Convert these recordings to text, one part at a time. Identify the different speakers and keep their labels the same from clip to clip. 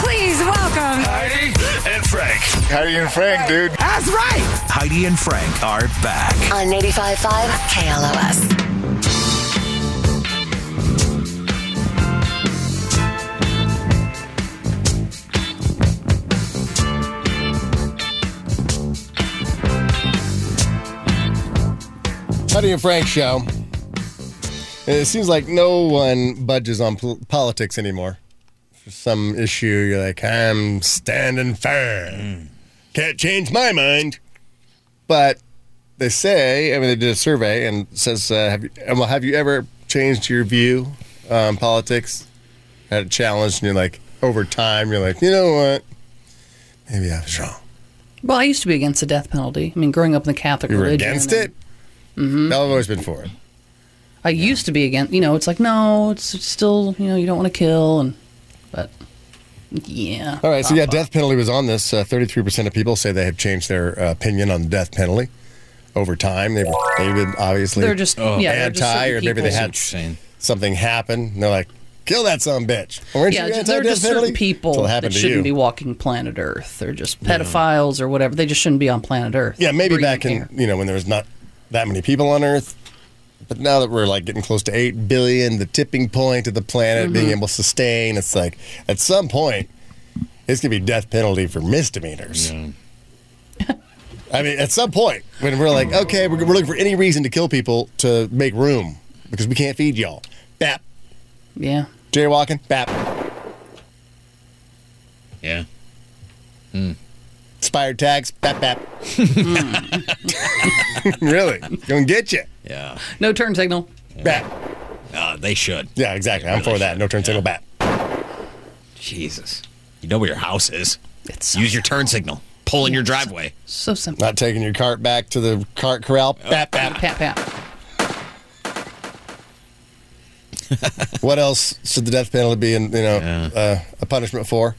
Speaker 1: Please welcome.
Speaker 2: Heidi and Frank.
Speaker 3: Heidi and Frank, dude.
Speaker 1: That's right.
Speaker 2: Heidi and Frank are back.
Speaker 4: on 85.5 KLOS.
Speaker 5: Howdy and Frank show. And It seems like no one budges on pol- politics anymore. For some issue, you're like, I'm standing firm. Can't change my mind. But they say, I mean, they did a survey and it says, uh, have you, and well, have you ever changed your view on politics? Had a challenge, and you're like, over time, you're like, you know what? Maybe I was wrong.
Speaker 6: Well, I used to be against the death penalty. I mean, growing up in the Catholic
Speaker 5: You were
Speaker 6: religion,
Speaker 5: against
Speaker 6: and Mm-hmm.
Speaker 5: it? No, I've always been for it.
Speaker 6: I used to be against. You know, it's like no, it's, it's still you know you don't want to kill and, but yeah.
Speaker 5: All right, so yeah, death penalty was on this. Uh, Thirty-three percent of people say they have changed their uh, opinion on the death penalty over time. They've, they've been obviously
Speaker 6: They're just yeah they're just
Speaker 5: anti,
Speaker 6: certain
Speaker 5: or maybe they
Speaker 6: people.
Speaker 5: had
Speaker 7: Interesting.
Speaker 5: something happen. And they're like, "Kill that son of a bitch." Weren't
Speaker 6: Yeah,
Speaker 5: you
Speaker 6: just,
Speaker 5: anti
Speaker 6: they're
Speaker 5: death
Speaker 6: just
Speaker 5: penalty?
Speaker 6: certain people
Speaker 5: That's what
Speaker 6: that
Speaker 5: happened to
Speaker 6: shouldn't
Speaker 5: you.
Speaker 6: be walking planet Earth. They're just pedophiles or whatever. They just shouldn't be on planet Earth.
Speaker 5: yeah, maybe
Speaker 6: breathing
Speaker 5: back in
Speaker 6: air.
Speaker 5: you know when there was not that many people on Earth, but now that we're like getting close to eight billion, the tipping point of the planet being
Speaker 6: Mm-hmm.
Speaker 5: able to sustain, it's like at some point it's gonna be death penalty for misdemeanors. I mean, at some point, when we're like, okay, we're, we're looking for any reason to kill people to make room because we can't feed y'all. Bap.
Speaker 6: Yeah,
Speaker 5: Jaywalking. Bap.
Speaker 7: Yeah.
Speaker 5: Expired tags. Bap, bap.
Speaker 6: Hmm.
Speaker 5: really? Gonna get you.
Speaker 7: Yeah.
Speaker 6: no turn signal.
Speaker 5: Bap.
Speaker 7: Uh, they should.
Speaker 5: Yeah, exactly. I'm for that. No turn signal. Bap.
Speaker 7: Jesus. You know where your house is.
Speaker 6: It's so,
Speaker 7: Use your turn signal. Pull in your driveway.
Speaker 6: so simple.
Speaker 5: Not taking your cart back to the cart corral. Bap, bap.
Speaker 6: Pat pat.
Speaker 5: What else should the death penalty be, in, you know,
Speaker 7: Yeah.
Speaker 5: uh, a punishment for?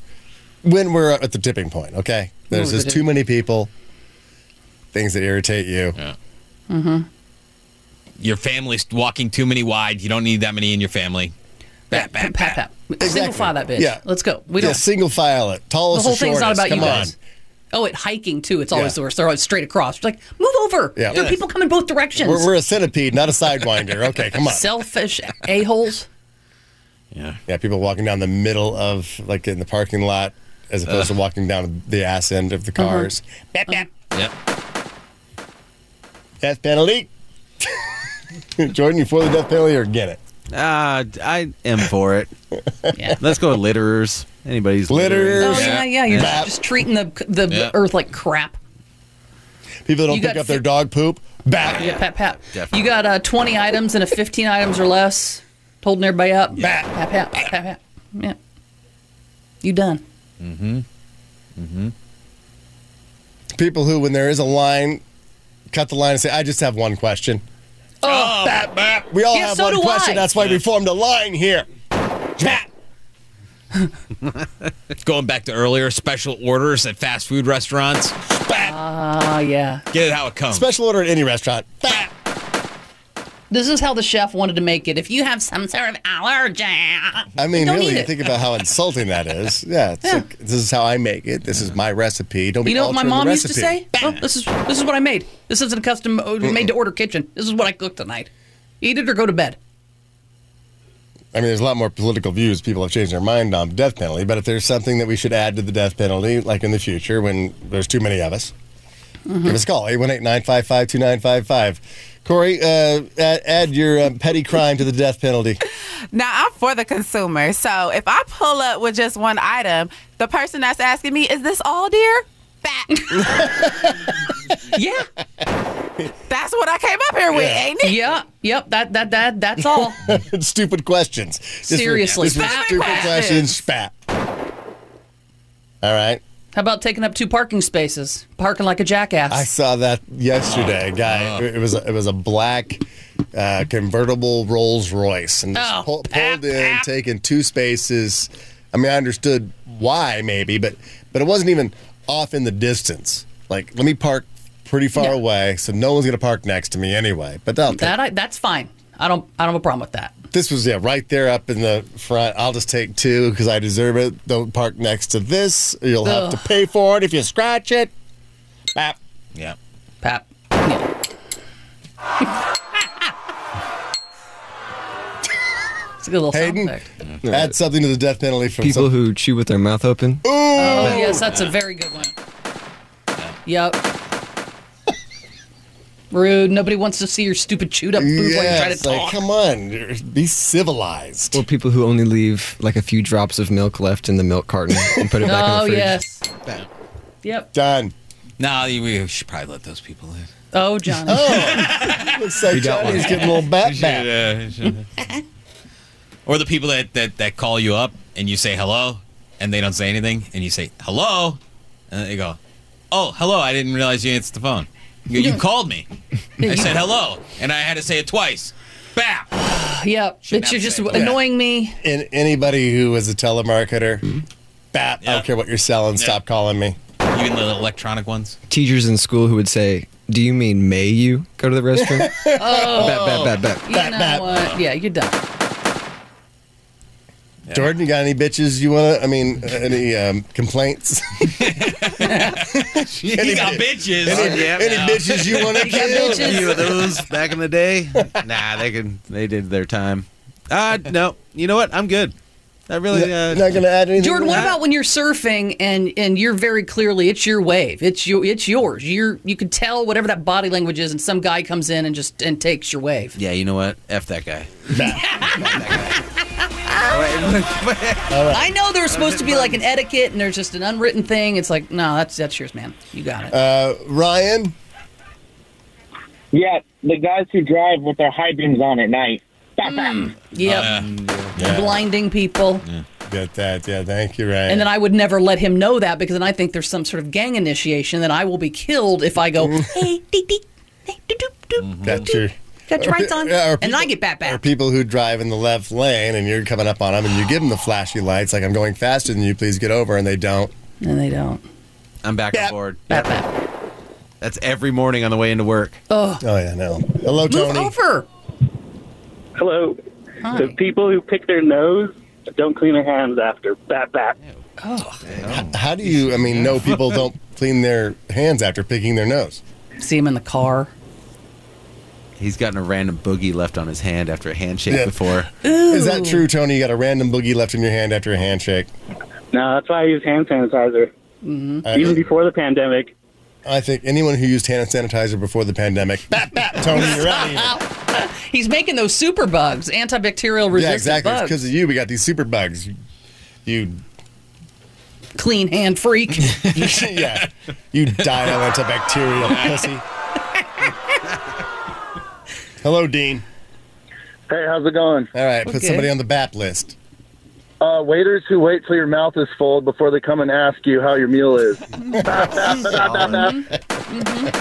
Speaker 5: When we're at the tipping point, okay? There's
Speaker 6: What was
Speaker 5: just
Speaker 6: it?
Speaker 5: too many people, things that irritate you.
Speaker 7: Your family's walking too many wide. You don't need that many in your family. Bat, bat,
Speaker 6: Pat pat. Single file that bitch.
Speaker 5: Yeah.
Speaker 6: Let's go. We
Speaker 5: yeah,
Speaker 6: don't.
Speaker 5: single file it.
Speaker 6: the
Speaker 5: Tallest
Speaker 6: whole
Speaker 5: or shortest.
Speaker 6: thing's not about
Speaker 5: Come
Speaker 6: you guys.
Speaker 5: on.
Speaker 6: Oh, at hiking too. It's always
Speaker 5: Yeah.
Speaker 6: the worst. They're always straight across. Like, move over.
Speaker 5: Yeah.
Speaker 6: There are
Speaker 5: Yes.
Speaker 6: people coming both directions.
Speaker 5: We're, we're a centipede, not a sidewinder. Okay, come on.
Speaker 6: Selfish a holes.
Speaker 7: Yeah.
Speaker 5: yeah, people walking down the middle of, like in the parking lot, as opposed to walking down the ass end of the
Speaker 6: Uh-huh.
Speaker 5: cars. Bap, bap.
Speaker 7: Yep.
Speaker 5: Death penalty. Jordan, you for the death penalty or against it?
Speaker 8: Uh, I am for it.
Speaker 6: Yeah.
Speaker 8: Let's go with litterers. Anybody's
Speaker 5: Litterers.
Speaker 8: littering.
Speaker 6: Oh yeah, yeah. You're
Speaker 5: Yeah.
Speaker 6: just treating the the
Speaker 7: Yeah.
Speaker 6: earth like crap.
Speaker 5: People that don't
Speaker 6: You
Speaker 5: pick
Speaker 6: got
Speaker 5: up their
Speaker 6: fi-
Speaker 5: dog poop. Bap.
Speaker 6: Yeah, pat pat.
Speaker 8: Definitely.
Speaker 6: You got uh, 20 items and a 15 items or less, holding everybody up.
Speaker 5: Yeah.
Speaker 6: Pat pat pat pat. pat. Yeah. You done?
Speaker 5: People who, when there is a line, cut the line and say, "I just have one question."
Speaker 6: Oh,
Speaker 5: Bap, bap. We all
Speaker 6: Yeah,
Speaker 5: have
Speaker 6: so
Speaker 5: one
Speaker 6: do
Speaker 5: question.
Speaker 6: I.
Speaker 5: That's why we formed a line here. Bap.
Speaker 7: Going back to earlier, special orders at fast food restaurants.
Speaker 5: Bap.
Speaker 6: ah, yeah.
Speaker 7: Get it how it comes.
Speaker 5: Special order at any restaurant. Bap.
Speaker 6: This is how the chef wanted to make it. If you have some sort of allergen,
Speaker 5: I mean,
Speaker 6: Don't eat
Speaker 5: really, you
Speaker 6: it.
Speaker 5: think about how insulting that is. Yeah, it's like this is how I make it. This is my recipe. Don't be
Speaker 6: You know what my
Speaker 5: altering the
Speaker 6: mom used to say?
Speaker 5: recipe.
Speaker 6: Oh, this is this is what I made. This isn't a custom uh, made to order kitchen. This is what I cooked tonight. Eat it or go to bed.
Speaker 5: I mean, there's a lot more political views people have changed their mind on death penalty. But if there's something that we should add to the death penalty, like in the future when there's too many of us, give us a call 818-955-2955. Corey, uh, add, add your um, petty crime to the death penalty.
Speaker 9: Now I'm for the consumer. So if I pull up with just one item, the person that's asking me, is this all dear? Fat.
Speaker 6: Yeah.
Speaker 9: that's what I came up here with,
Speaker 5: Yeah.
Speaker 9: ain't it?
Speaker 6: yeah. Yep. That that that that's all.
Speaker 5: stupid questions. This was-
Speaker 6: Seriously.
Speaker 5: this was
Speaker 6: Stupid
Speaker 5: stupid questions.
Speaker 9: questions.
Speaker 5: Spat. All right.
Speaker 6: How about taking up two parking spaces? Parking like a jackass.
Speaker 5: I saw that yesterday.
Speaker 6: Oh,
Speaker 5: A guy, it was a, it was a black uh, convertible Rolls Royce, and just
Speaker 6: Oh,
Speaker 5: pull-
Speaker 6: pap,
Speaker 5: pulled in,
Speaker 6: pap.
Speaker 5: taking two spaces. I mean, I understood why maybe, but but it wasn't even off in the distance. Like, let me park pretty far
Speaker 6: Yeah.
Speaker 5: away, so no one's gonna park next to me anyway. But that'll take-
Speaker 6: that I, that's fine. I don't I don't have a problem with that.
Speaker 5: This was yeah, right there up in the front. I'll just take two because I deserve it. Don't park next to this. You'll have to
Speaker 6: Ugh.
Speaker 5: pay for it if you scratch it. Bap.
Speaker 7: Yeah.
Speaker 6: Pap. it's a good little
Speaker 5: Hayden?
Speaker 6: sound effect.
Speaker 5: Add something to the death penalty from
Speaker 3: People
Speaker 5: some-
Speaker 3: who chew with their mouth open.
Speaker 6: Oh, yes, that's a very good one. Yep. Rude. Nobody wants to see your stupid chewed up food while you try to
Speaker 5: Yes, like,
Speaker 6: talk.
Speaker 5: come on, you're- be civilized.
Speaker 3: Or people who only leave like a few drops of milk left in the milk carton and put it back in the
Speaker 6: oh,
Speaker 3: fridge.
Speaker 6: yes. Yep.
Speaker 5: Done.
Speaker 7: No, you- we should probably let those people in.
Speaker 6: Oh, Johnny.
Speaker 5: Looks like Johnny's getting a little bat bat.
Speaker 7: or the people that, that, that call you up and you say hello and they don't say anything and you say hello and they go, oh, hello, I didn't realize you answered the phone. You, you called me. I said hello and I had to say it twice. Bap!
Speaker 6: Yep. That
Speaker 7: not
Speaker 6: you're just
Speaker 7: say that.
Speaker 6: annoying me.
Speaker 5: And anybody who is a telemarketer,
Speaker 3: Hmm?
Speaker 5: bat. I
Speaker 7: Yeah.
Speaker 5: don't care what you're selling. Stop calling me.
Speaker 7: Even the electronic ones.
Speaker 3: Teachers in school who would say, "Do you mean may you go to the restroom?" oh, bat, bat, bat, bat.
Speaker 6: You
Speaker 5: Bat,
Speaker 6: know
Speaker 5: bat.
Speaker 6: what? Yeah, you're done.
Speaker 5: Jordan, you got any bitches you want to? I mean, uh, any um, complaints?
Speaker 7: You got bitches. Oh,
Speaker 5: any any
Speaker 7: No.
Speaker 5: bitches you want to
Speaker 6: got
Speaker 5: kill?
Speaker 6: bitches?
Speaker 8: few of those back in the day. Nah, they can. They did their time. Uh no. You know what? I'm good. I really. Uh,
Speaker 5: Not gonna add anything.
Speaker 6: Jordan, what
Speaker 8: that.
Speaker 6: about when you're surfing and and you're very clearly it's your wave, it's your it's yours. You're you can tell whatever that body language is, and some guy comes in and just and takes your wave.
Speaker 8: Yeah, you know what? F that guy.
Speaker 6: I know there's supposed to be like an etiquette, and there's just an unwritten thing. It's like, no, that's that's yours, man. You got it.
Speaker 5: Uh, Ryan,
Speaker 10: Yeah, the guys who drive with their high beams on at night.
Speaker 8: Hmm.
Speaker 6: yep. Blinding people,
Speaker 5: get that? Yeah, thank you, Ryan.
Speaker 6: and then I would never let him know that because then I think there's some sort of gang initiation that I will be killed if I go, hey, dee dee, hey, doo doo doo,
Speaker 5: got your.
Speaker 6: got your rights on,
Speaker 5: Yeah, or
Speaker 6: and then I
Speaker 5: people-
Speaker 6: get bat
Speaker 5: Or
Speaker 6: back.
Speaker 5: people who drive in the left lane, and you're coming up on them, and you give them the flashy lights, like I'm going faster than you. Please get over, and they don't.
Speaker 6: and they don't.
Speaker 8: I'm back
Speaker 5: Yeah.
Speaker 8: on board.
Speaker 6: Bat back.
Speaker 8: That's every morning on the way into work.
Speaker 5: Oh yeah, no. Hello,
Speaker 6: Move
Speaker 5: Tony.
Speaker 6: over.
Speaker 10: Hello.
Speaker 6: Hi.
Speaker 10: The people who pick their nose don't clean their hands after. Bat, bat.
Speaker 5: How do you? I mean, no, people don't clean their hands after picking their nose.
Speaker 6: See him in the car.
Speaker 8: He's gotten a random boogie left on his hand after a handshake
Speaker 5: Yeah.
Speaker 8: before.
Speaker 5: Is that true, Tony? You got a random boogie left in your hand after a handshake.
Speaker 10: No, that's why I use hand sanitizer. Even
Speaker 5: I,
Speaker 10: before the pandemic.
Speaker 5: I think anyone who used hand sanitizer before the pandemic, bap bap, Tony, you're out of here.
Speaker 6: He's making those super bugs, antibacterial resistant
Speaker 5: Yeah, exactly. It's
Speaker 6: bugs.
Speaker 5: because of you. We got these super bugs. You, you
Speaker 6: Clean hand freak.
Speaker 5: yeah, you dial antibacterial pussy. Hello, Dean.
Speaker 10: Hey, how's it going?
Speaker 5: All right, put
Speaker 6: Okay.
Speaker 5: somebody on the BAP list.
Speaker 10: Uh, waiters who wait till your mouth is full before they come and ask you how your meal is.
Speaker 6: and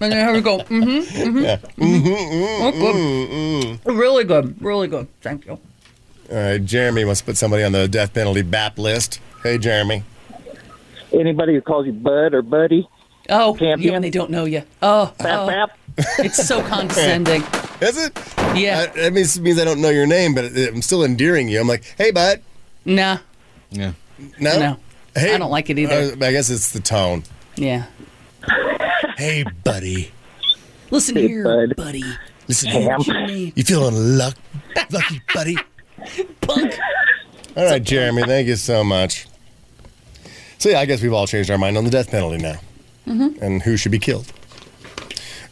Speaker 6: then here we go. Mm-hmm. Mm-hmm.
Speaker 5: Mm-hmm,
Speaker 6: Oh, good. Really good. Really good. Thank you.
Speaker 5: All right, Jeremy wants to put somebody on the death penalty BAP list. Hey, Jeremy.
Speaker 10: Anybody who calls you bud or buddy,
Speaker 6: Oh,
Speaker 10: Champion.
Speaker 6: yeah, and they don't know you. Oh,
Speaker 10: bap,
Speaker 6: oh,
Speaker 10: bap.
Speaker 6: it's so condescending.
Speaker 5: Is it?
Speaker 6: Yeah.
Speaker 5: I, that means, means I don't know your name, but it- I'm still endearing you. I'm like, hey, bud.
Speaker 6: nah.
Speaker 7: Yeah.
Speaker 5: No.
Speaker 6: No.
Speaker 5: Hey,
Speaker 6: I don't like it either.
Speaker 5: uh, I guess it's the tone.
Speaker 6: Yeah.
Speaker 5: Hey, buddy.
Speaker 6: Listen
Speaker 10: Hey,
Speaker 6: here,
Speaker 10: bud.
Speaker 6: buddy.
Speaker 5: Listen,
Speaker 10: Damn.
Speaker 5: you feeling luck, lucky, buddy?
Speaker 6: Punk.
Speaker 5: All right, Jeremy, thank you so much. So, yeah, I guess we've all changed our mind on the death penalty now
Speaker 6: Mm-hmm.
Speaker 5: and who should be killed.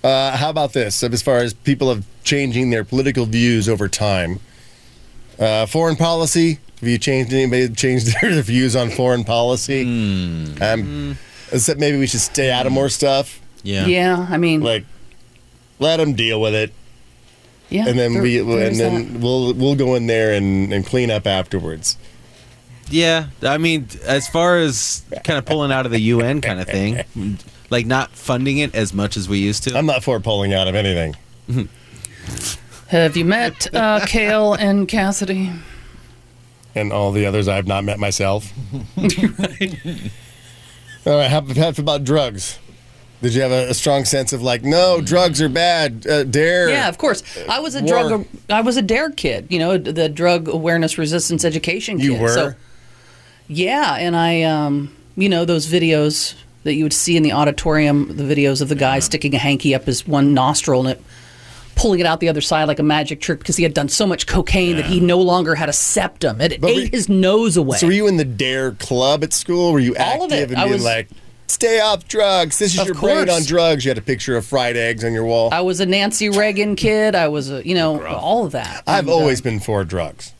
Speaker 5: Uh, how about this? As far as people of changing their political views over time, uh, foreign policy. Have you changed anybody changed their views on foreign policy? Um, except maybe we should stay out of more stuff.
Speaker 7: Yeah.
Speaker 6: Yeah, I mean,
Speaker 5: Like, let them deal with it,
Speaker 6: yeah.
Speaker 5: and then
Speaker 6: Uh, there-
Speaker 5: we
Speaker 6: there
Speaker 5: and
Speaker 6: is
Speaker 5: then
Speaker 6: that.
Speaker 5: we'll we'll go in there and, and clean up afterwards.
Speaker 8: Yeah, I mean, as far as kind of pulling out of the UN kind of thing, like not funding it as much as we used to.
Speaker 5: I'm not for pulling out of anything.
Speaker 6: Have you met uh, Kale and Cassidy?
Speaker 5: and all the others I have not met myself. all right, how, how about drugs? Did you have a, a strong sense of like, no, drugs are bad, uh, dare?
Speaker 6: Yeah, of course. I was a
Speaker 5: War.
Speaker 6: drug. I was a dare kid. You know, the drug awareness resistance education.
Speaker 5: You
Speaker 6: kid.
Speaker 5: were?
Speaker 6: So, yeah, and I, um, you know, those videos that you would see in the auditorium, the videos of the guy sticking a hanky up his one nostril and it pulling it out the other side like a magic trick because he had done so much cocaine that he no longer had a septum. It
Speaker 5: But
Speaker 6: ate
Speaker 5: were-
Speaker 6: his nose away.
Speaker 5: So were you in the dare club at school? Were you active
Speaker 6: All of it.
Speaker 5: and
Speaker 6: I
Speaker 5: being
Speaker 6: was-
Speaker 5: like, stay off drugs? This is
Speaker 6: Of
Speaker 5: your brain
Speaker 6: course.
Speaker 5: on drugs. You had a picture of fried eggs on your wall.
Speaker 6: I was a Nancy Reagan kid. I was, a, you know, all of that.
Speaker 5: I've
Speaker 6: And, uh,
Speaker 5: always been for drugs.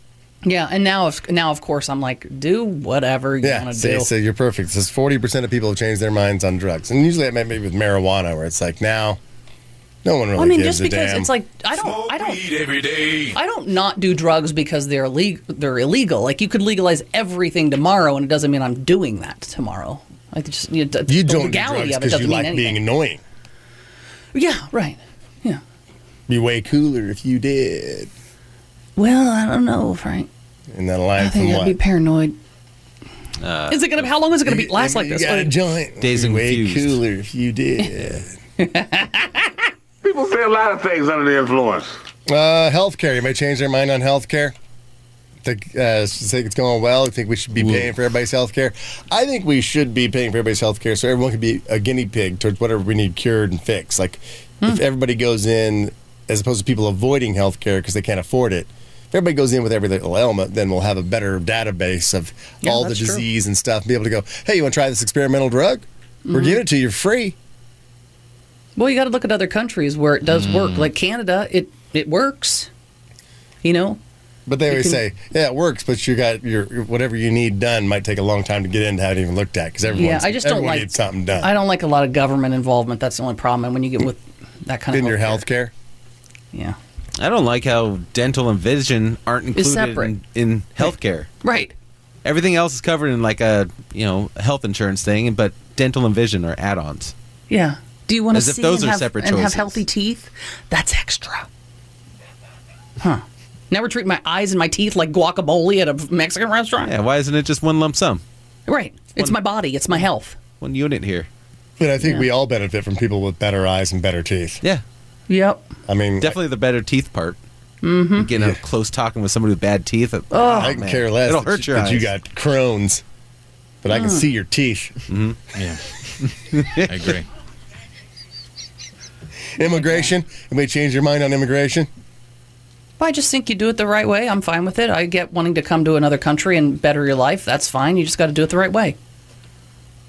Speaker 6: yeah. And now, of, now of course, I'm like, do whatever you
Speaker 5: Yeah,
Speaker 6: want to
Speaker 5: see,
Speaker 6: do.
Speaker 5: so you're perfect. Says forty percent of people have changed their minds on drugs, and usually that might be with marijuana, where it's like now, no one really
Speaker 6: Well, I mean,
Speaker 5: gives
Speaker 6: just
Speaker 5: a
Speaker 6: because
Speaker 5: damn.
Speaker 6: it's like I don't, I don't,
Speaker 2: Eat every day.
Speaker 6: I don't not do drugs because they're illegal. They're illegal. Like you could legalize everything tomorrow, and it doesn't mean I'm doing that tomorrow. I just you, know,
Speaker 5: you
Speaker 6: the
Speaker 5: don't do drugs
Speaker 6: legality of it
Speaker 5: because
Speaker 6: doesn't
Speaker 5: you
Speaker 6: mean
Speaker 5: like
Speaker 6: anything.
Speaker 5: being annoying.
Speaker 6: yeah, right. Yeah.
Speaker 5: Be way cooler if you did.
Speaker 6: Well, I don't know, Frank.
Speaker 5: And that
Speaker 6: I
Speaker 5: line
Speaker 6: think
Speaker 5: from
Speaker 6: I'd be
Speaker 5: what?
Speaker 6: paranoid. Uh, is it gonna? How long is it gonna be last like
Speaker 5: you
Speaker 6: this?
Speaker 5: got a
Speaker 6: Like,
Speaker 5: joint.
Speaker 8: Days
Speaker 5: Be way
Speaker 8: Confused.
Speaker 5: cooler if you did.
Speaker 10: People say a lot of things under the influence.
Speaker 5: uh, healthcare. You might change their mind on healthcare. Think, uh, think it's going well. You think we should be paying for everybody's healthcare. I think we should be paying for everybody's healthcare so everyone can be a guinea pig towards whatever we need cured and fixed. Like
Speaker 6: Hmm.
Speaker 5: if everybody goes in, as opposed to people avoiding healthcare because they can't afford it. If everybody goes in with every little ailment, then we'll have a better database of
Speaker 6: Yeah,
Speaker 5: all the
Speaker 6: that's true.
Speaker 5: disease and stuff, and be able to go, "Hey, you want to try this experimental drug? We're
Speaker 6: Mm-hmm.
Speaker 5: giving it to you for free."
Speaker 6: well, you got to look at other countries where it does work.
Speaker 5: Mm.
Speaker 6: Like Canada, it it works. You know,
Speaker 5: But they always
Speaker 6: can-
Speaker 5: say, "Yeah, it works," but you got your whatever you need done might take a long time to get in to have it even looked at because everyone
Speaker 6: Yeah, I just don't
Speaker 5: everyone
Speaker 6: like
Speaker 5: needs something done.
Speaker 6: I don't like a lot of government involvement. That's the only problem. And when you get with that kind
Speaker 5: in
Speaker 6: of
Speaker 5: your
Speaker 6: healthcare-
Speaker 5: health care.
Speaker 6: yeah,
Speaker 8: I don't like how dental and vision aren't
Speaker 6: It's
Speaker 8: included in, in healthcare.
Speaker 6: right.
Speaker 8: Everything else is covered in like a you know health insurance thing, but dental and vision are add-ons.
Speaker 6: Yeah. Do you want to
Speaker 8: As
Speaker 6: see
Speaker 8: if those
Speaker 6: and,
Speaker 8: are
Speaker 6: have,
Speaker 8: separate
Speaker 6: and have
Speaker 8: choices.
Speaker 6: healthy teeth? That's extra. Huh. Now we're treating my eyes and my teeth like guacamole at a Mexican restaurant.
Speaker 8: Yeah, why isn't it just one lump sum,
Speaker 6: Right. It's my body. It's my health.
Speaker 8: one unit here?
Speaker 5: But I think we all benefit from people with better eyes and better teeth.
Speaker 8: Yeah,
Speaker 6: Yep.
Speaker 5: I mean,
Speaker 8: definitely the better teeth part. Mm-hmm. Getting up close talking with somebody with bad teeth. Oh,
Speaker 5: I can care less.
Speaker 8: It'll
Speaker 5: that
Speaker 8: hurt
Speaker 5: you,
Speaker 8: your
Speaker 5: that you
Speaker 8: eyes.
Speaker 5: got Crohn's, but I can see your teeth.
Speaker 7: Yeah. I agree.
Speaker 5: Immigration. Anybody change your mind on immigration?
Speaker 6: But I just think you do it the right way. I'm fine with it. I get wanting to come to another country and better your life. That's fine. You just got to do it the right way.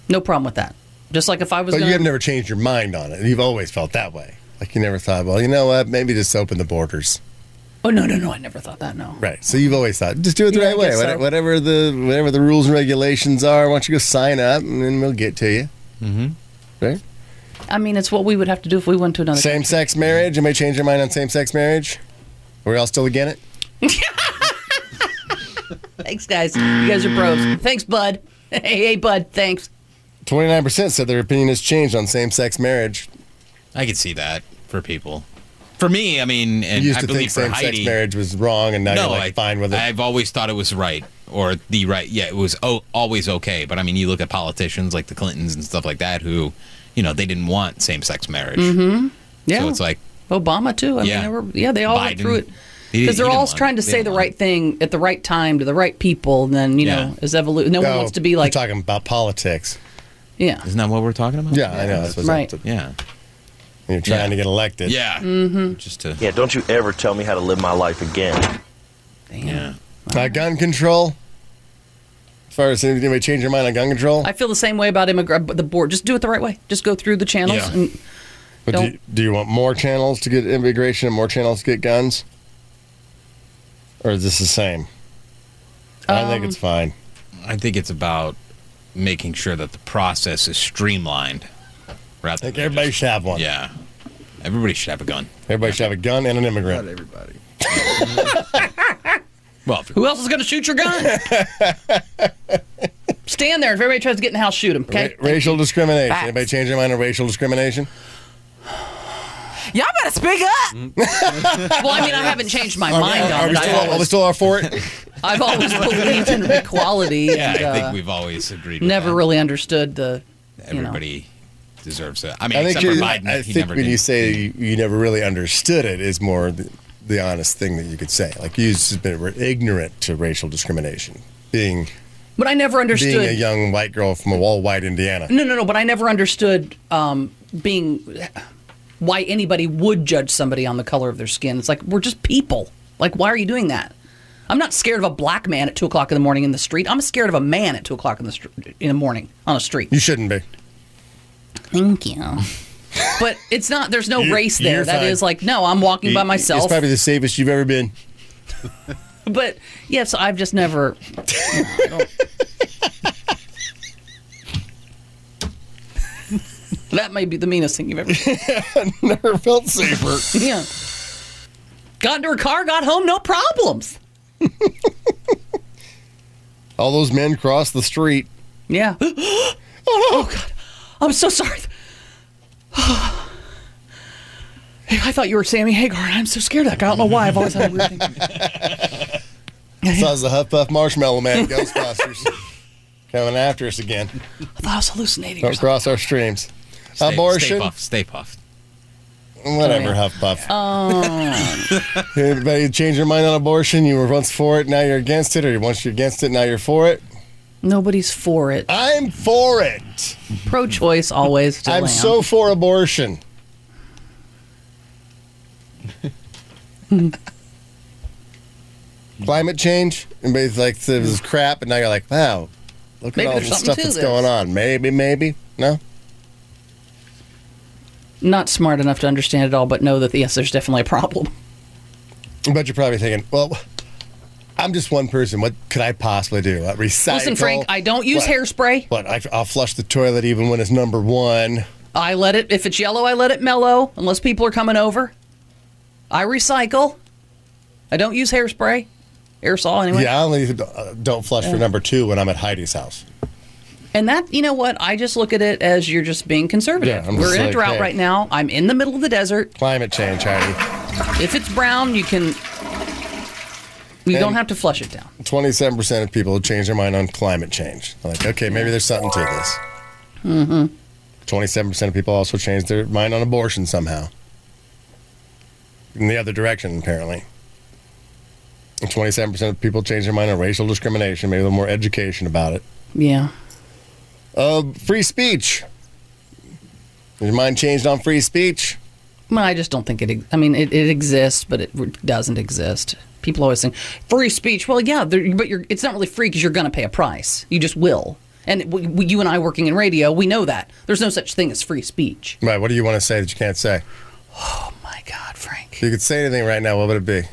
Speaker 6: No problem with that. Just like if I was
Speaker 5: But you
Speaker 6: gonna-
Speaker 5: have never changed your mind on it. You've always felt that way. Like you never thought, well, you know what? Maybe just open the borders.
Speaker 6: Oh no, no, no. I never thought that. No.
Speaker 5: Right. So you've always thought, just do it the
Speaker 6: Yeah, I
Speaker 5: right way.
Speaker 6: guess
Speaker 5: Whatever,
Speaker 6: so.
Speaker 5: whatever the whatever the rules and regulations are, why don't you go sign up and then we'll get to you. Mm-hmm. Right.
Speaker 6: I mean, it's what we would have to do if we went to another
Speaker 5: Same sex marriage. You may change your mind on same sex marriage. We're all still again it.
Speaker 6: Thanks, guys. You guys are pros. Thanks, bud. Hey, hey, bud. Thanks.
Speaker 5: Twenty nine percent said their opinion has changed on same sex marriage.
Speaker 7: I could see that for people. For me, I mean, and
Speaker 5: You used
Speaker 7: I
Speaker 5: to think
Speaker 7: believe for
Speaker 5: same sex
Speaker 7: Heidi,
Speaker 5: marriage was wrong, and now
Speaker 7: no,
Speaker 5: you're like
Speaker 7: I,
Speaker 5: fine with it.
Speaker 7: I've always thought it was right or the right. Yeah, it was o- always okay. But I mean, you look at politicians like the Clintons and stuff like that, who, you know, they didn't want same-sex marriage.
Speaker 6: Mm-hmm. Yeah.
Speaker 7: So it's like
Speaker 6: Obama too. I
Speaker 7: Yeah.
Speaker 6: mean, they were, yeah, they all went
Speaker 7: Biden.
Speaker 6: through it
Speaker 7: He-
Speaker 6: because
Speaker 7: he
Speaker 6: they're all
Speaker 7: didn't want-
Speaker 6: trying to
Speaker 7: they
Speaker 6: say
Speaker 7: didn't
Speaker 6: the
Speaker 7: want
Speaker 6: right thing at the right time to the right people. And then you know,
Speaker 7: Yeah.
Speaker 6: as evolution, no one
Speaker 5: No,
Speaker 6: wants to be
Speaker 5: we're
Speaker 6: like,
Speaker 5: talking about politics.
Speaker 6: yeah,
Speaker 7: Isn't that what we're talking about?
Speaker 5: Yeah, I know. That's what's up
Speaker 6: Right.
Speaker 5: to-
Speaker 7: Yeah.
Speaker 5: You're trying
Speaker 7: Yeah.
Speaker 5: to get elected.
Speaker 7: Yeah.
Speaker 6: Mm-hmm.
Speaker 7: Just to.
Speaker 11: Yeah, don't you ever tell me how to live my life again.
Speaker 7: Yeah.
Speaker 5: Uh, gun control. As far as anybody change your mind on gun control,
Speaker 6: I feel the same way about immigrant the board. Just do it the right way. Just go through the channels.
Speaker 7: Yeah.
Speaker 6: And
Speaker 5: but do
Speaker 6: don't-
Speaker 5: you, do you want more channels to get immigration and more channels to get guns, or is this the same? I think
Speaker 6: Um,
Speaker 5: it's fine.
Speaker 7: I think it's about making sure that the process is streamlined. Rather
Speaker 5: I think
Speaker 7: than
Speaker 5: everybody
Speaker 7: just-
Speaker 5: should have one.
Speaker 7: Yeah. Everybody should have a gun.
Speaker 5: Everybody should have a gun and an immigrant.
Speaker 3: everybody.
Speaker 7: Well, if you're
Speaker 6: who else is going to shoot your gun? Stand there. If everybody tries to get in the house, shoot him. Okay.
Speaker 5: Ra- racial discrimination.
Speaker 9: Facts.
Speaker 5: Anybody change their mind on racial discrimination?
Speaker 9: Y'all better speak up.
Speaker 6: Well, I mean, I haven't changed my mind
Speaker 5: are,
Speaker 6: on
Speaker 5: we
Speaker 6: it.
Speaker 5: still,
Speaker 6: I've
Speaker 5: are we
Speaker 6: always,
Speaker 5: still all for it?
Speaker 6: I've always believed in equality.
Speaker 7: Yeah,
Speaker 6: and,
Speaker 7: I
Speaker 6: uh,
Speaker 7: think we've always agreed. With
Speaker 6: never
Speaker 7: that.
Speaker 6: really understood the you know.
Speaker 7: Everybody deserves it. I mean, except
Speaker 5: you-
Speaker 7: for Biden,
Speaker 5: I
Speaker 7: he
Speaker 5: think
Speaker 7: never
Speaker 5: when
Speaker 7: did.
Speaker 5: you say you, you never really understood it is more the, the honest thing that you could say. Like you've just been ignorant to racial discrimination, being
Speaker 6: But I never understood.
Speaker 5: being a young white girl from all white Indiana.
Speaker 6: No, no, no. But I never understood um, being why anybody would judge somebody on the color of their skin. It's like we're just people. Like, why are you doing that? I'm not scared of a black man at two o'clock in the morning in the street. I'm scared of a man at two o'clock in the str- in the morning on a street.
Speaker 5: You shouldn't be.
Speaker 6: Thank you. but it's not. There's no
Speaker 5: You-
Speaker 6: race
Speaker 5: you're
Speaker 6: there. That is
Speaker 5: fine.
Speaker 6: like no. I'm walking by myself.
Speaker 5: It's probably the safest you've ever been.
Speaker 6: but yeah, so I've just never. that may be the meanest thing you've ever.
Speaker 5: never felt safer.
Speaker 6: Yeah. Got into her car, got home, no problems.
Speaker 5: All those men crossed the street.
Speaker 6: Yeah. oh, God. I'm so sorry. Hey, I thought you were Sammy Hagar, and I'm so scared of that guy. I don't know why. I've always had a weird thing.
Speaker 5: Saw the Huffpuff Marshmallow Man Ghostbusters coming after us again.
Speaker 6: I thought I was hallucinating. or
Speaker 5: Don't cross our streams.
Speaker 7: Stay- Stay
Speaker 5: Abortion.
Speaker 7: puffed. Stay puffed.
Speaker 5: Whatever,
Speaker 7: Oh, yeah.
Speaker 5: Huffpuff.
Speaker 6: something.
Speaker 5: Anybody change your mind on abortion? You were once for it, now you're against it, or once you're against it, now you're for it?
Speaker 6: Nobody's for it.
Speaker 5: I'm for it.
Speaker 6: Pro choice always.
Speaker 5: I'm
Speaker 6: am.
Speaker 5: so for abortion. Climate change. Everybody's like, this is crap, and now you're like, wow, look
Speaker 6: Maybe
Speaker 5: at all
Speaker 6: there's
Speaker 5: the
Speaker 6: something
Speaker 5: stuff
Speaker 6: to
Speaker 5: that's
Speaker 6: this.
Speaker 5: going on. Maybe, maybe. No?
Speaker 6: Not smart enough to understand it all, but know that yes, there's definitely a problem.
Speaker 5: But you're probably thinking, well, I'm just one person. What could I possibly do? Uh, recycle.
Speaker 6: Listen, Frank, I don't use
Speaker 5: What?
Speaker 6: hairspray.
Speaker 5: But I, I'll flush the toilet even when it's number one.
Speaker 6: I let it, if it's yellow, I let it mellow unless people are coming over. I recycle. I don't use hairspray, aerosol anyway.
Speaker 5: Yeah, I only uh, don't flush for number two when I'm at Heidi's house.
Speaker 6: And that, you know what? I just look at it as you're just being conservative.
Speaker 5: Yeah, I'm
Speaker 6: We're
Speaker 5: just
Speaker 6: in a
Speaker 5: like,
Speaker 6: drought
Speaker 5: hey.
Speaker 6: right now. I'm in the middle of the desert.
Speaker 5: Climate change, Heidi.
Speaker 6: If it's brown, you can. You don't have to flush it down.
Speaker 5: 27% of people change their mind on climate change. I'm like, okay, maybe there's something to this.
Speaker 6: Mm-hmm.
Speaker 5: 27% of people also change their mind on abortion somehow. In the other direction, apparently. And 27% of people change their mind on racial discrimination. Maybe a little more education about it.
Speaker 6: Yeah.
Speaker 5: Uh, free speech. Is your mind changed on free speech?
Speaker 6: Well, I just don't think it. ex- I mean, it, it exists, but it re- doesn't exist. People always think free speech. Well, yeah, there- but you're, it's not really free because you're going to pay a price. You just will. And w w you and I working in radio, we know that there's no such thing as free speech.
Speaker 5: Right, what do you want to say that you can't say?
Speaker 6: God, Frank.
Speaker 5: If you could say anything right now, what would it be?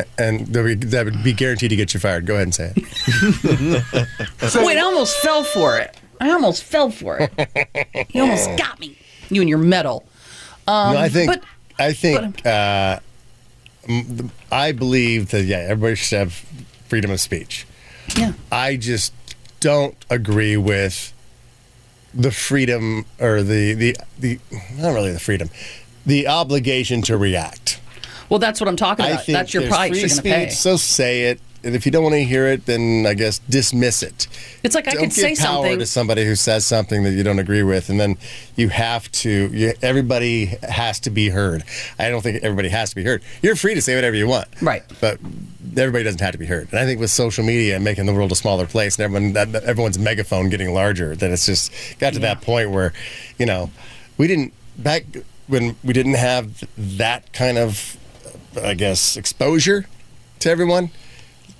Speaker 5: A- And that would be, that would be guaranteed to get you fired. Go ahead and say it.
Speaker 6: Wait, I almost fell for it. I almost fell for it. you almost got me. You and your medal. Um,
Speaker 5: no, I think
Speaker 6: But
Speaker 5: I think uh, m- th- I believe that yeah, everybody should have freedom of speech.
Speaker 6: Yeah.
Speaker 5: I just don't agree with the freedom or the the the not really the freedom, the obligation to react.
Speaker 6: well, that's what I'm talking
Speaker 5: I
Speaker 6: about.
Speaker 5: think
Speaker 6: That's your
Speaker 5: there's
Speaker 6: price
Speaker 5: free
Speaker 6: you're going
Speaker 5: speech,
Speaker 6: to pay.
Speaker 5: so say it. And if you don't want to hear it, then I guess dismiss it.
Speaker 6: It's like I
Speaker 5: don't
Speaker 6: could
Speaker 5: give
Speaker 6: say
Speaker 5: power
Speaker 6: something.
Speaker 5: to somebody who says something that you don't agree with, and then you have to. You, everybody has to be heard. I don't think everybody has to be heard. You're free to say whatever you want,
Speaker 6: right?
Speaker 5: But everybody doesn't have to be heard. And I think with social media and making the world a smaller place, and everyone that, that- everyone's megaphone getting larger, that it's just got to that point where, you know, we didn't back when we didn't have that kind of, I guess, exposure to everyone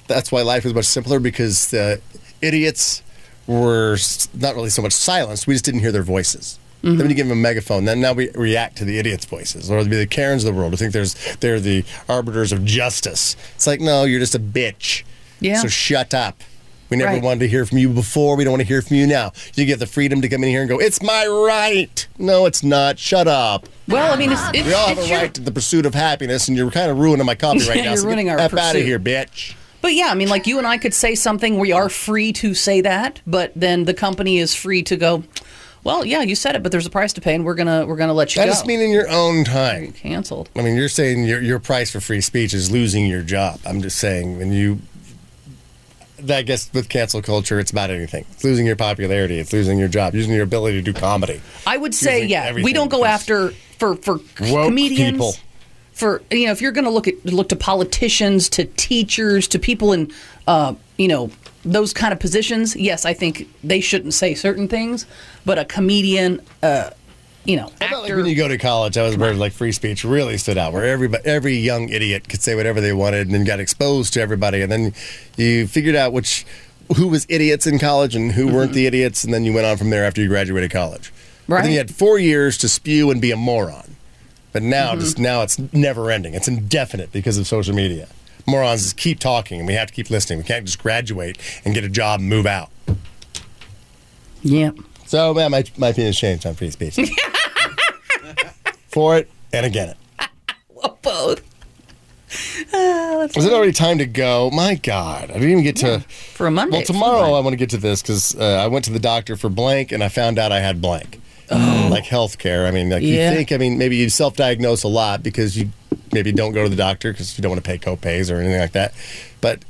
Speaker 5: that's why life was much simpler because the idiots were s- not really so much silenced. We just didn't hear their voices. Then
Speaker 6: Mm-hmm.
Speaker 5: when you give them a megaphone, then now we react to the idiots' voices, or they'd be the Karens of the world who think there's they're the arbiters of justice. It's like, no, you're just a bitch.
Speaker 6: Yeah.
Speaker 5: So shut up. We never
Speaker 6: Right.
Speaker 5: wanted to hear from you before. We don't want to hear from you now. You get the freedom to come in here and go, it's my right. No, it's not. Shut up.
Speaker 6: Well, I mean, it's- it's-
Speaker 5: we all have
Speaker 6: it's
Speaker 5: a
Speaker 6: your-
Speaker 5: right to the pursuit of happiness, and you're kind of ruining my copy right
Speaker 6: Yeah,
Speaker 5: now.
Speaker 6: you're
Speaker 5: so get
Speaker 6: ruining
Speaker 5: the
Speaker 6: our
Speaker 5: F out of
Speaker 6: pursuit.
Speaker 5: here, bitch.
Speaker 6: But yeah, I mean, like you and I could say something. We are free to say that, but then the company is free to go. Well, yeah, you said it, but there's a price to pay, and we're gonna we're gonna let you
Speaker 5: I
Speaker 6: go.
Speaker 5: just mean in your own time.
Speaker 6: Canceled.
Speaker 5: I mean, you're saying your your price for free speech is losing your job. I'm just saying when you I guess with cancel culture, it's about anything. It's losing your popularity. It's losing your job. Using your ability to do comedy.
Speaker 6: I would say,
Speaker 5: Usually
Speaker 6: yeah, we
Speaker 5: everything
Speaker 6: don't go after for for
Speaker 5: Woke
Speaker 6: comedians.
Speaker 5: people.
Speaker 6: For you know, if you're going to look at look to politicians, to teachers, to people in uh, you know those kind of positions, yes, I think they shouldn't say certain things. But a comedian, uh, you know,
Speaker 5: Like when you go to college, I was where like free speech really stood out, where everybody, every young idiot could say whatever they wanted, and then got exposed to everybody, and then you figured out which who was idiots in college and who weren't the idiots, and then you went on from there after you graduated college. And then
Speaker 6: Right.
Speaker 5: you had four years to spew and be a moron, but now just now it's never ending. It's indefinite because of social media. Morons just keep talking, and we have to keep listening. We can't just graduate and get a job and move out.
Speaker 6: Yeah.
Speaker 5: So, man, my, my opinion has changed on free speech. For it and again it.
Speaker 6: both.
Speaker 5: Is it already time to go? My God, I didn't even get to
Speaker 6: for a Monday.
Speaker 5: Well, tomorrow I want to get to this because uh, I went to the doctor for blank and I found out I had blank, like healthcare. I mean, like
Speaker 6: Oh. Yeah.
Speaker 5: you think, I mean, maybe you self-diagnose a lot because you maybe don't go to the doctor because you don't want to pay copays or anything like that. But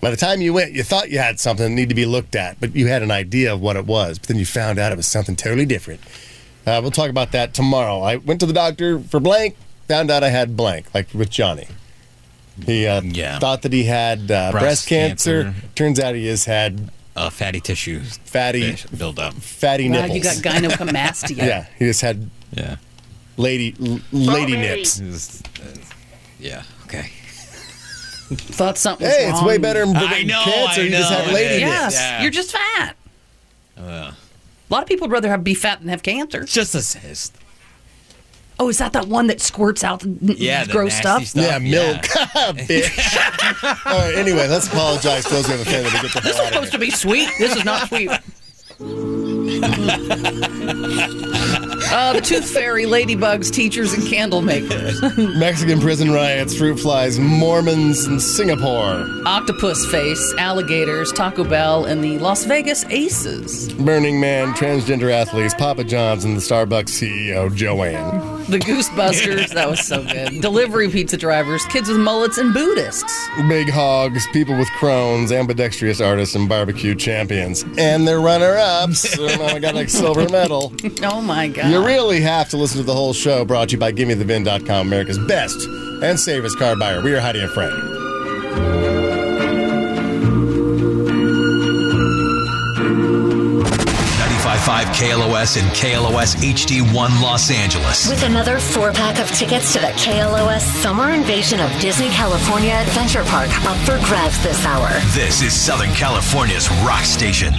Speaker 5: by the time you went, you thought you had something that needed to be looked at, but you had an idea of what it was, but then you found out it was something totally different. Uh, we'll talk about that tomorrow. I went to the doctor for blank, found out I had blank, like with Johnny. He uh, thought that he had uh, breast,
Speaker 7: Breast
Speaker 5: cancer.
Speaker 7: cancer.
Speaker 5: Turns out he has had
Speaker 7: Uh, fatty tissues,
Speaker 5: fatty,
Speaker 7: build up.
Speaker 5: fatty
Speaker 6: Wow,
Speaker 5: nipples.
Speaker 6: you got gynecomastia.
Speaker 5: yeah, he just had
Speaker 7: yeah,
Speaker 5: lady l- lady nips.
Speaker 7: Yeah. Okay.
Speaker 6: Thought something.
Speaker 5: Hey, it's way better than
Speaker 7: I know,
Speaker 5: cancer.
Speaker 7: I
Speaker 5: you just
Speaker 7: know.
Speaker 5: had lady
Speaker 6: Yes,
Speaker 5: nips.
Speaker 6: you're just fat.
Speaker 7: Uh,
Speaker 6: A lot of people would rather have be fat than have cancer.
Speaker 7: just a cyst.
Speaker 6: Oh, is that that one that squirts out n-
Speaker 7: Yeah, the
Speaker 6: gross
Speaker 7: nasty
Speaker 6: stuff?
Speaker 7: stuff.
Speaker 5: Yeah, milk. Ah, Bitch. All right, anyway, let's apologize to those who have offended. To get the
Speaker 6: This
Speaker 5: hell
Speaker 6: was
Speaker 5: out of
Speaker 6: supposed to be sweet. This is not sweet. uh, the Tooth Fairy, ladybugs, teachers, and candle makers.
Speaker 5: here. Mexican prison riots, fruit flies, Mormons in Singapore,
Speaker 6: Octopus face, alligators, Taco Bell, and the Las Vegas Aces.
Speaker 5: Burning Man, transgender athletes, Papa John's, and the Starbucks CEO Joanne.
Speaker 6: The Goosebusters, that was so good. Delivery pizza drivers, kids with mullets, and Buddhists.
Speaker 5: Big hogs, people with crones, ambidextrous artists, and barbecue champions, and their runner-ups. oh, I got like silver medal.
Speaker 6: Oh my God.
Speaker 5: You really have to listen to the whole show brought to you by GimmeTheVin.com, America's best and safest car buyer. We are Heidi and Frank.
Speaker 2: Ninety-five-five KLOS and KLOS HD1 Los Angeles.
Speaker 4: With another four pack of tickets to the KLOS Summer Invasion of Disney California Adventure Park up for grabs this hour.
Speaker 2: This is Southern California's rock station,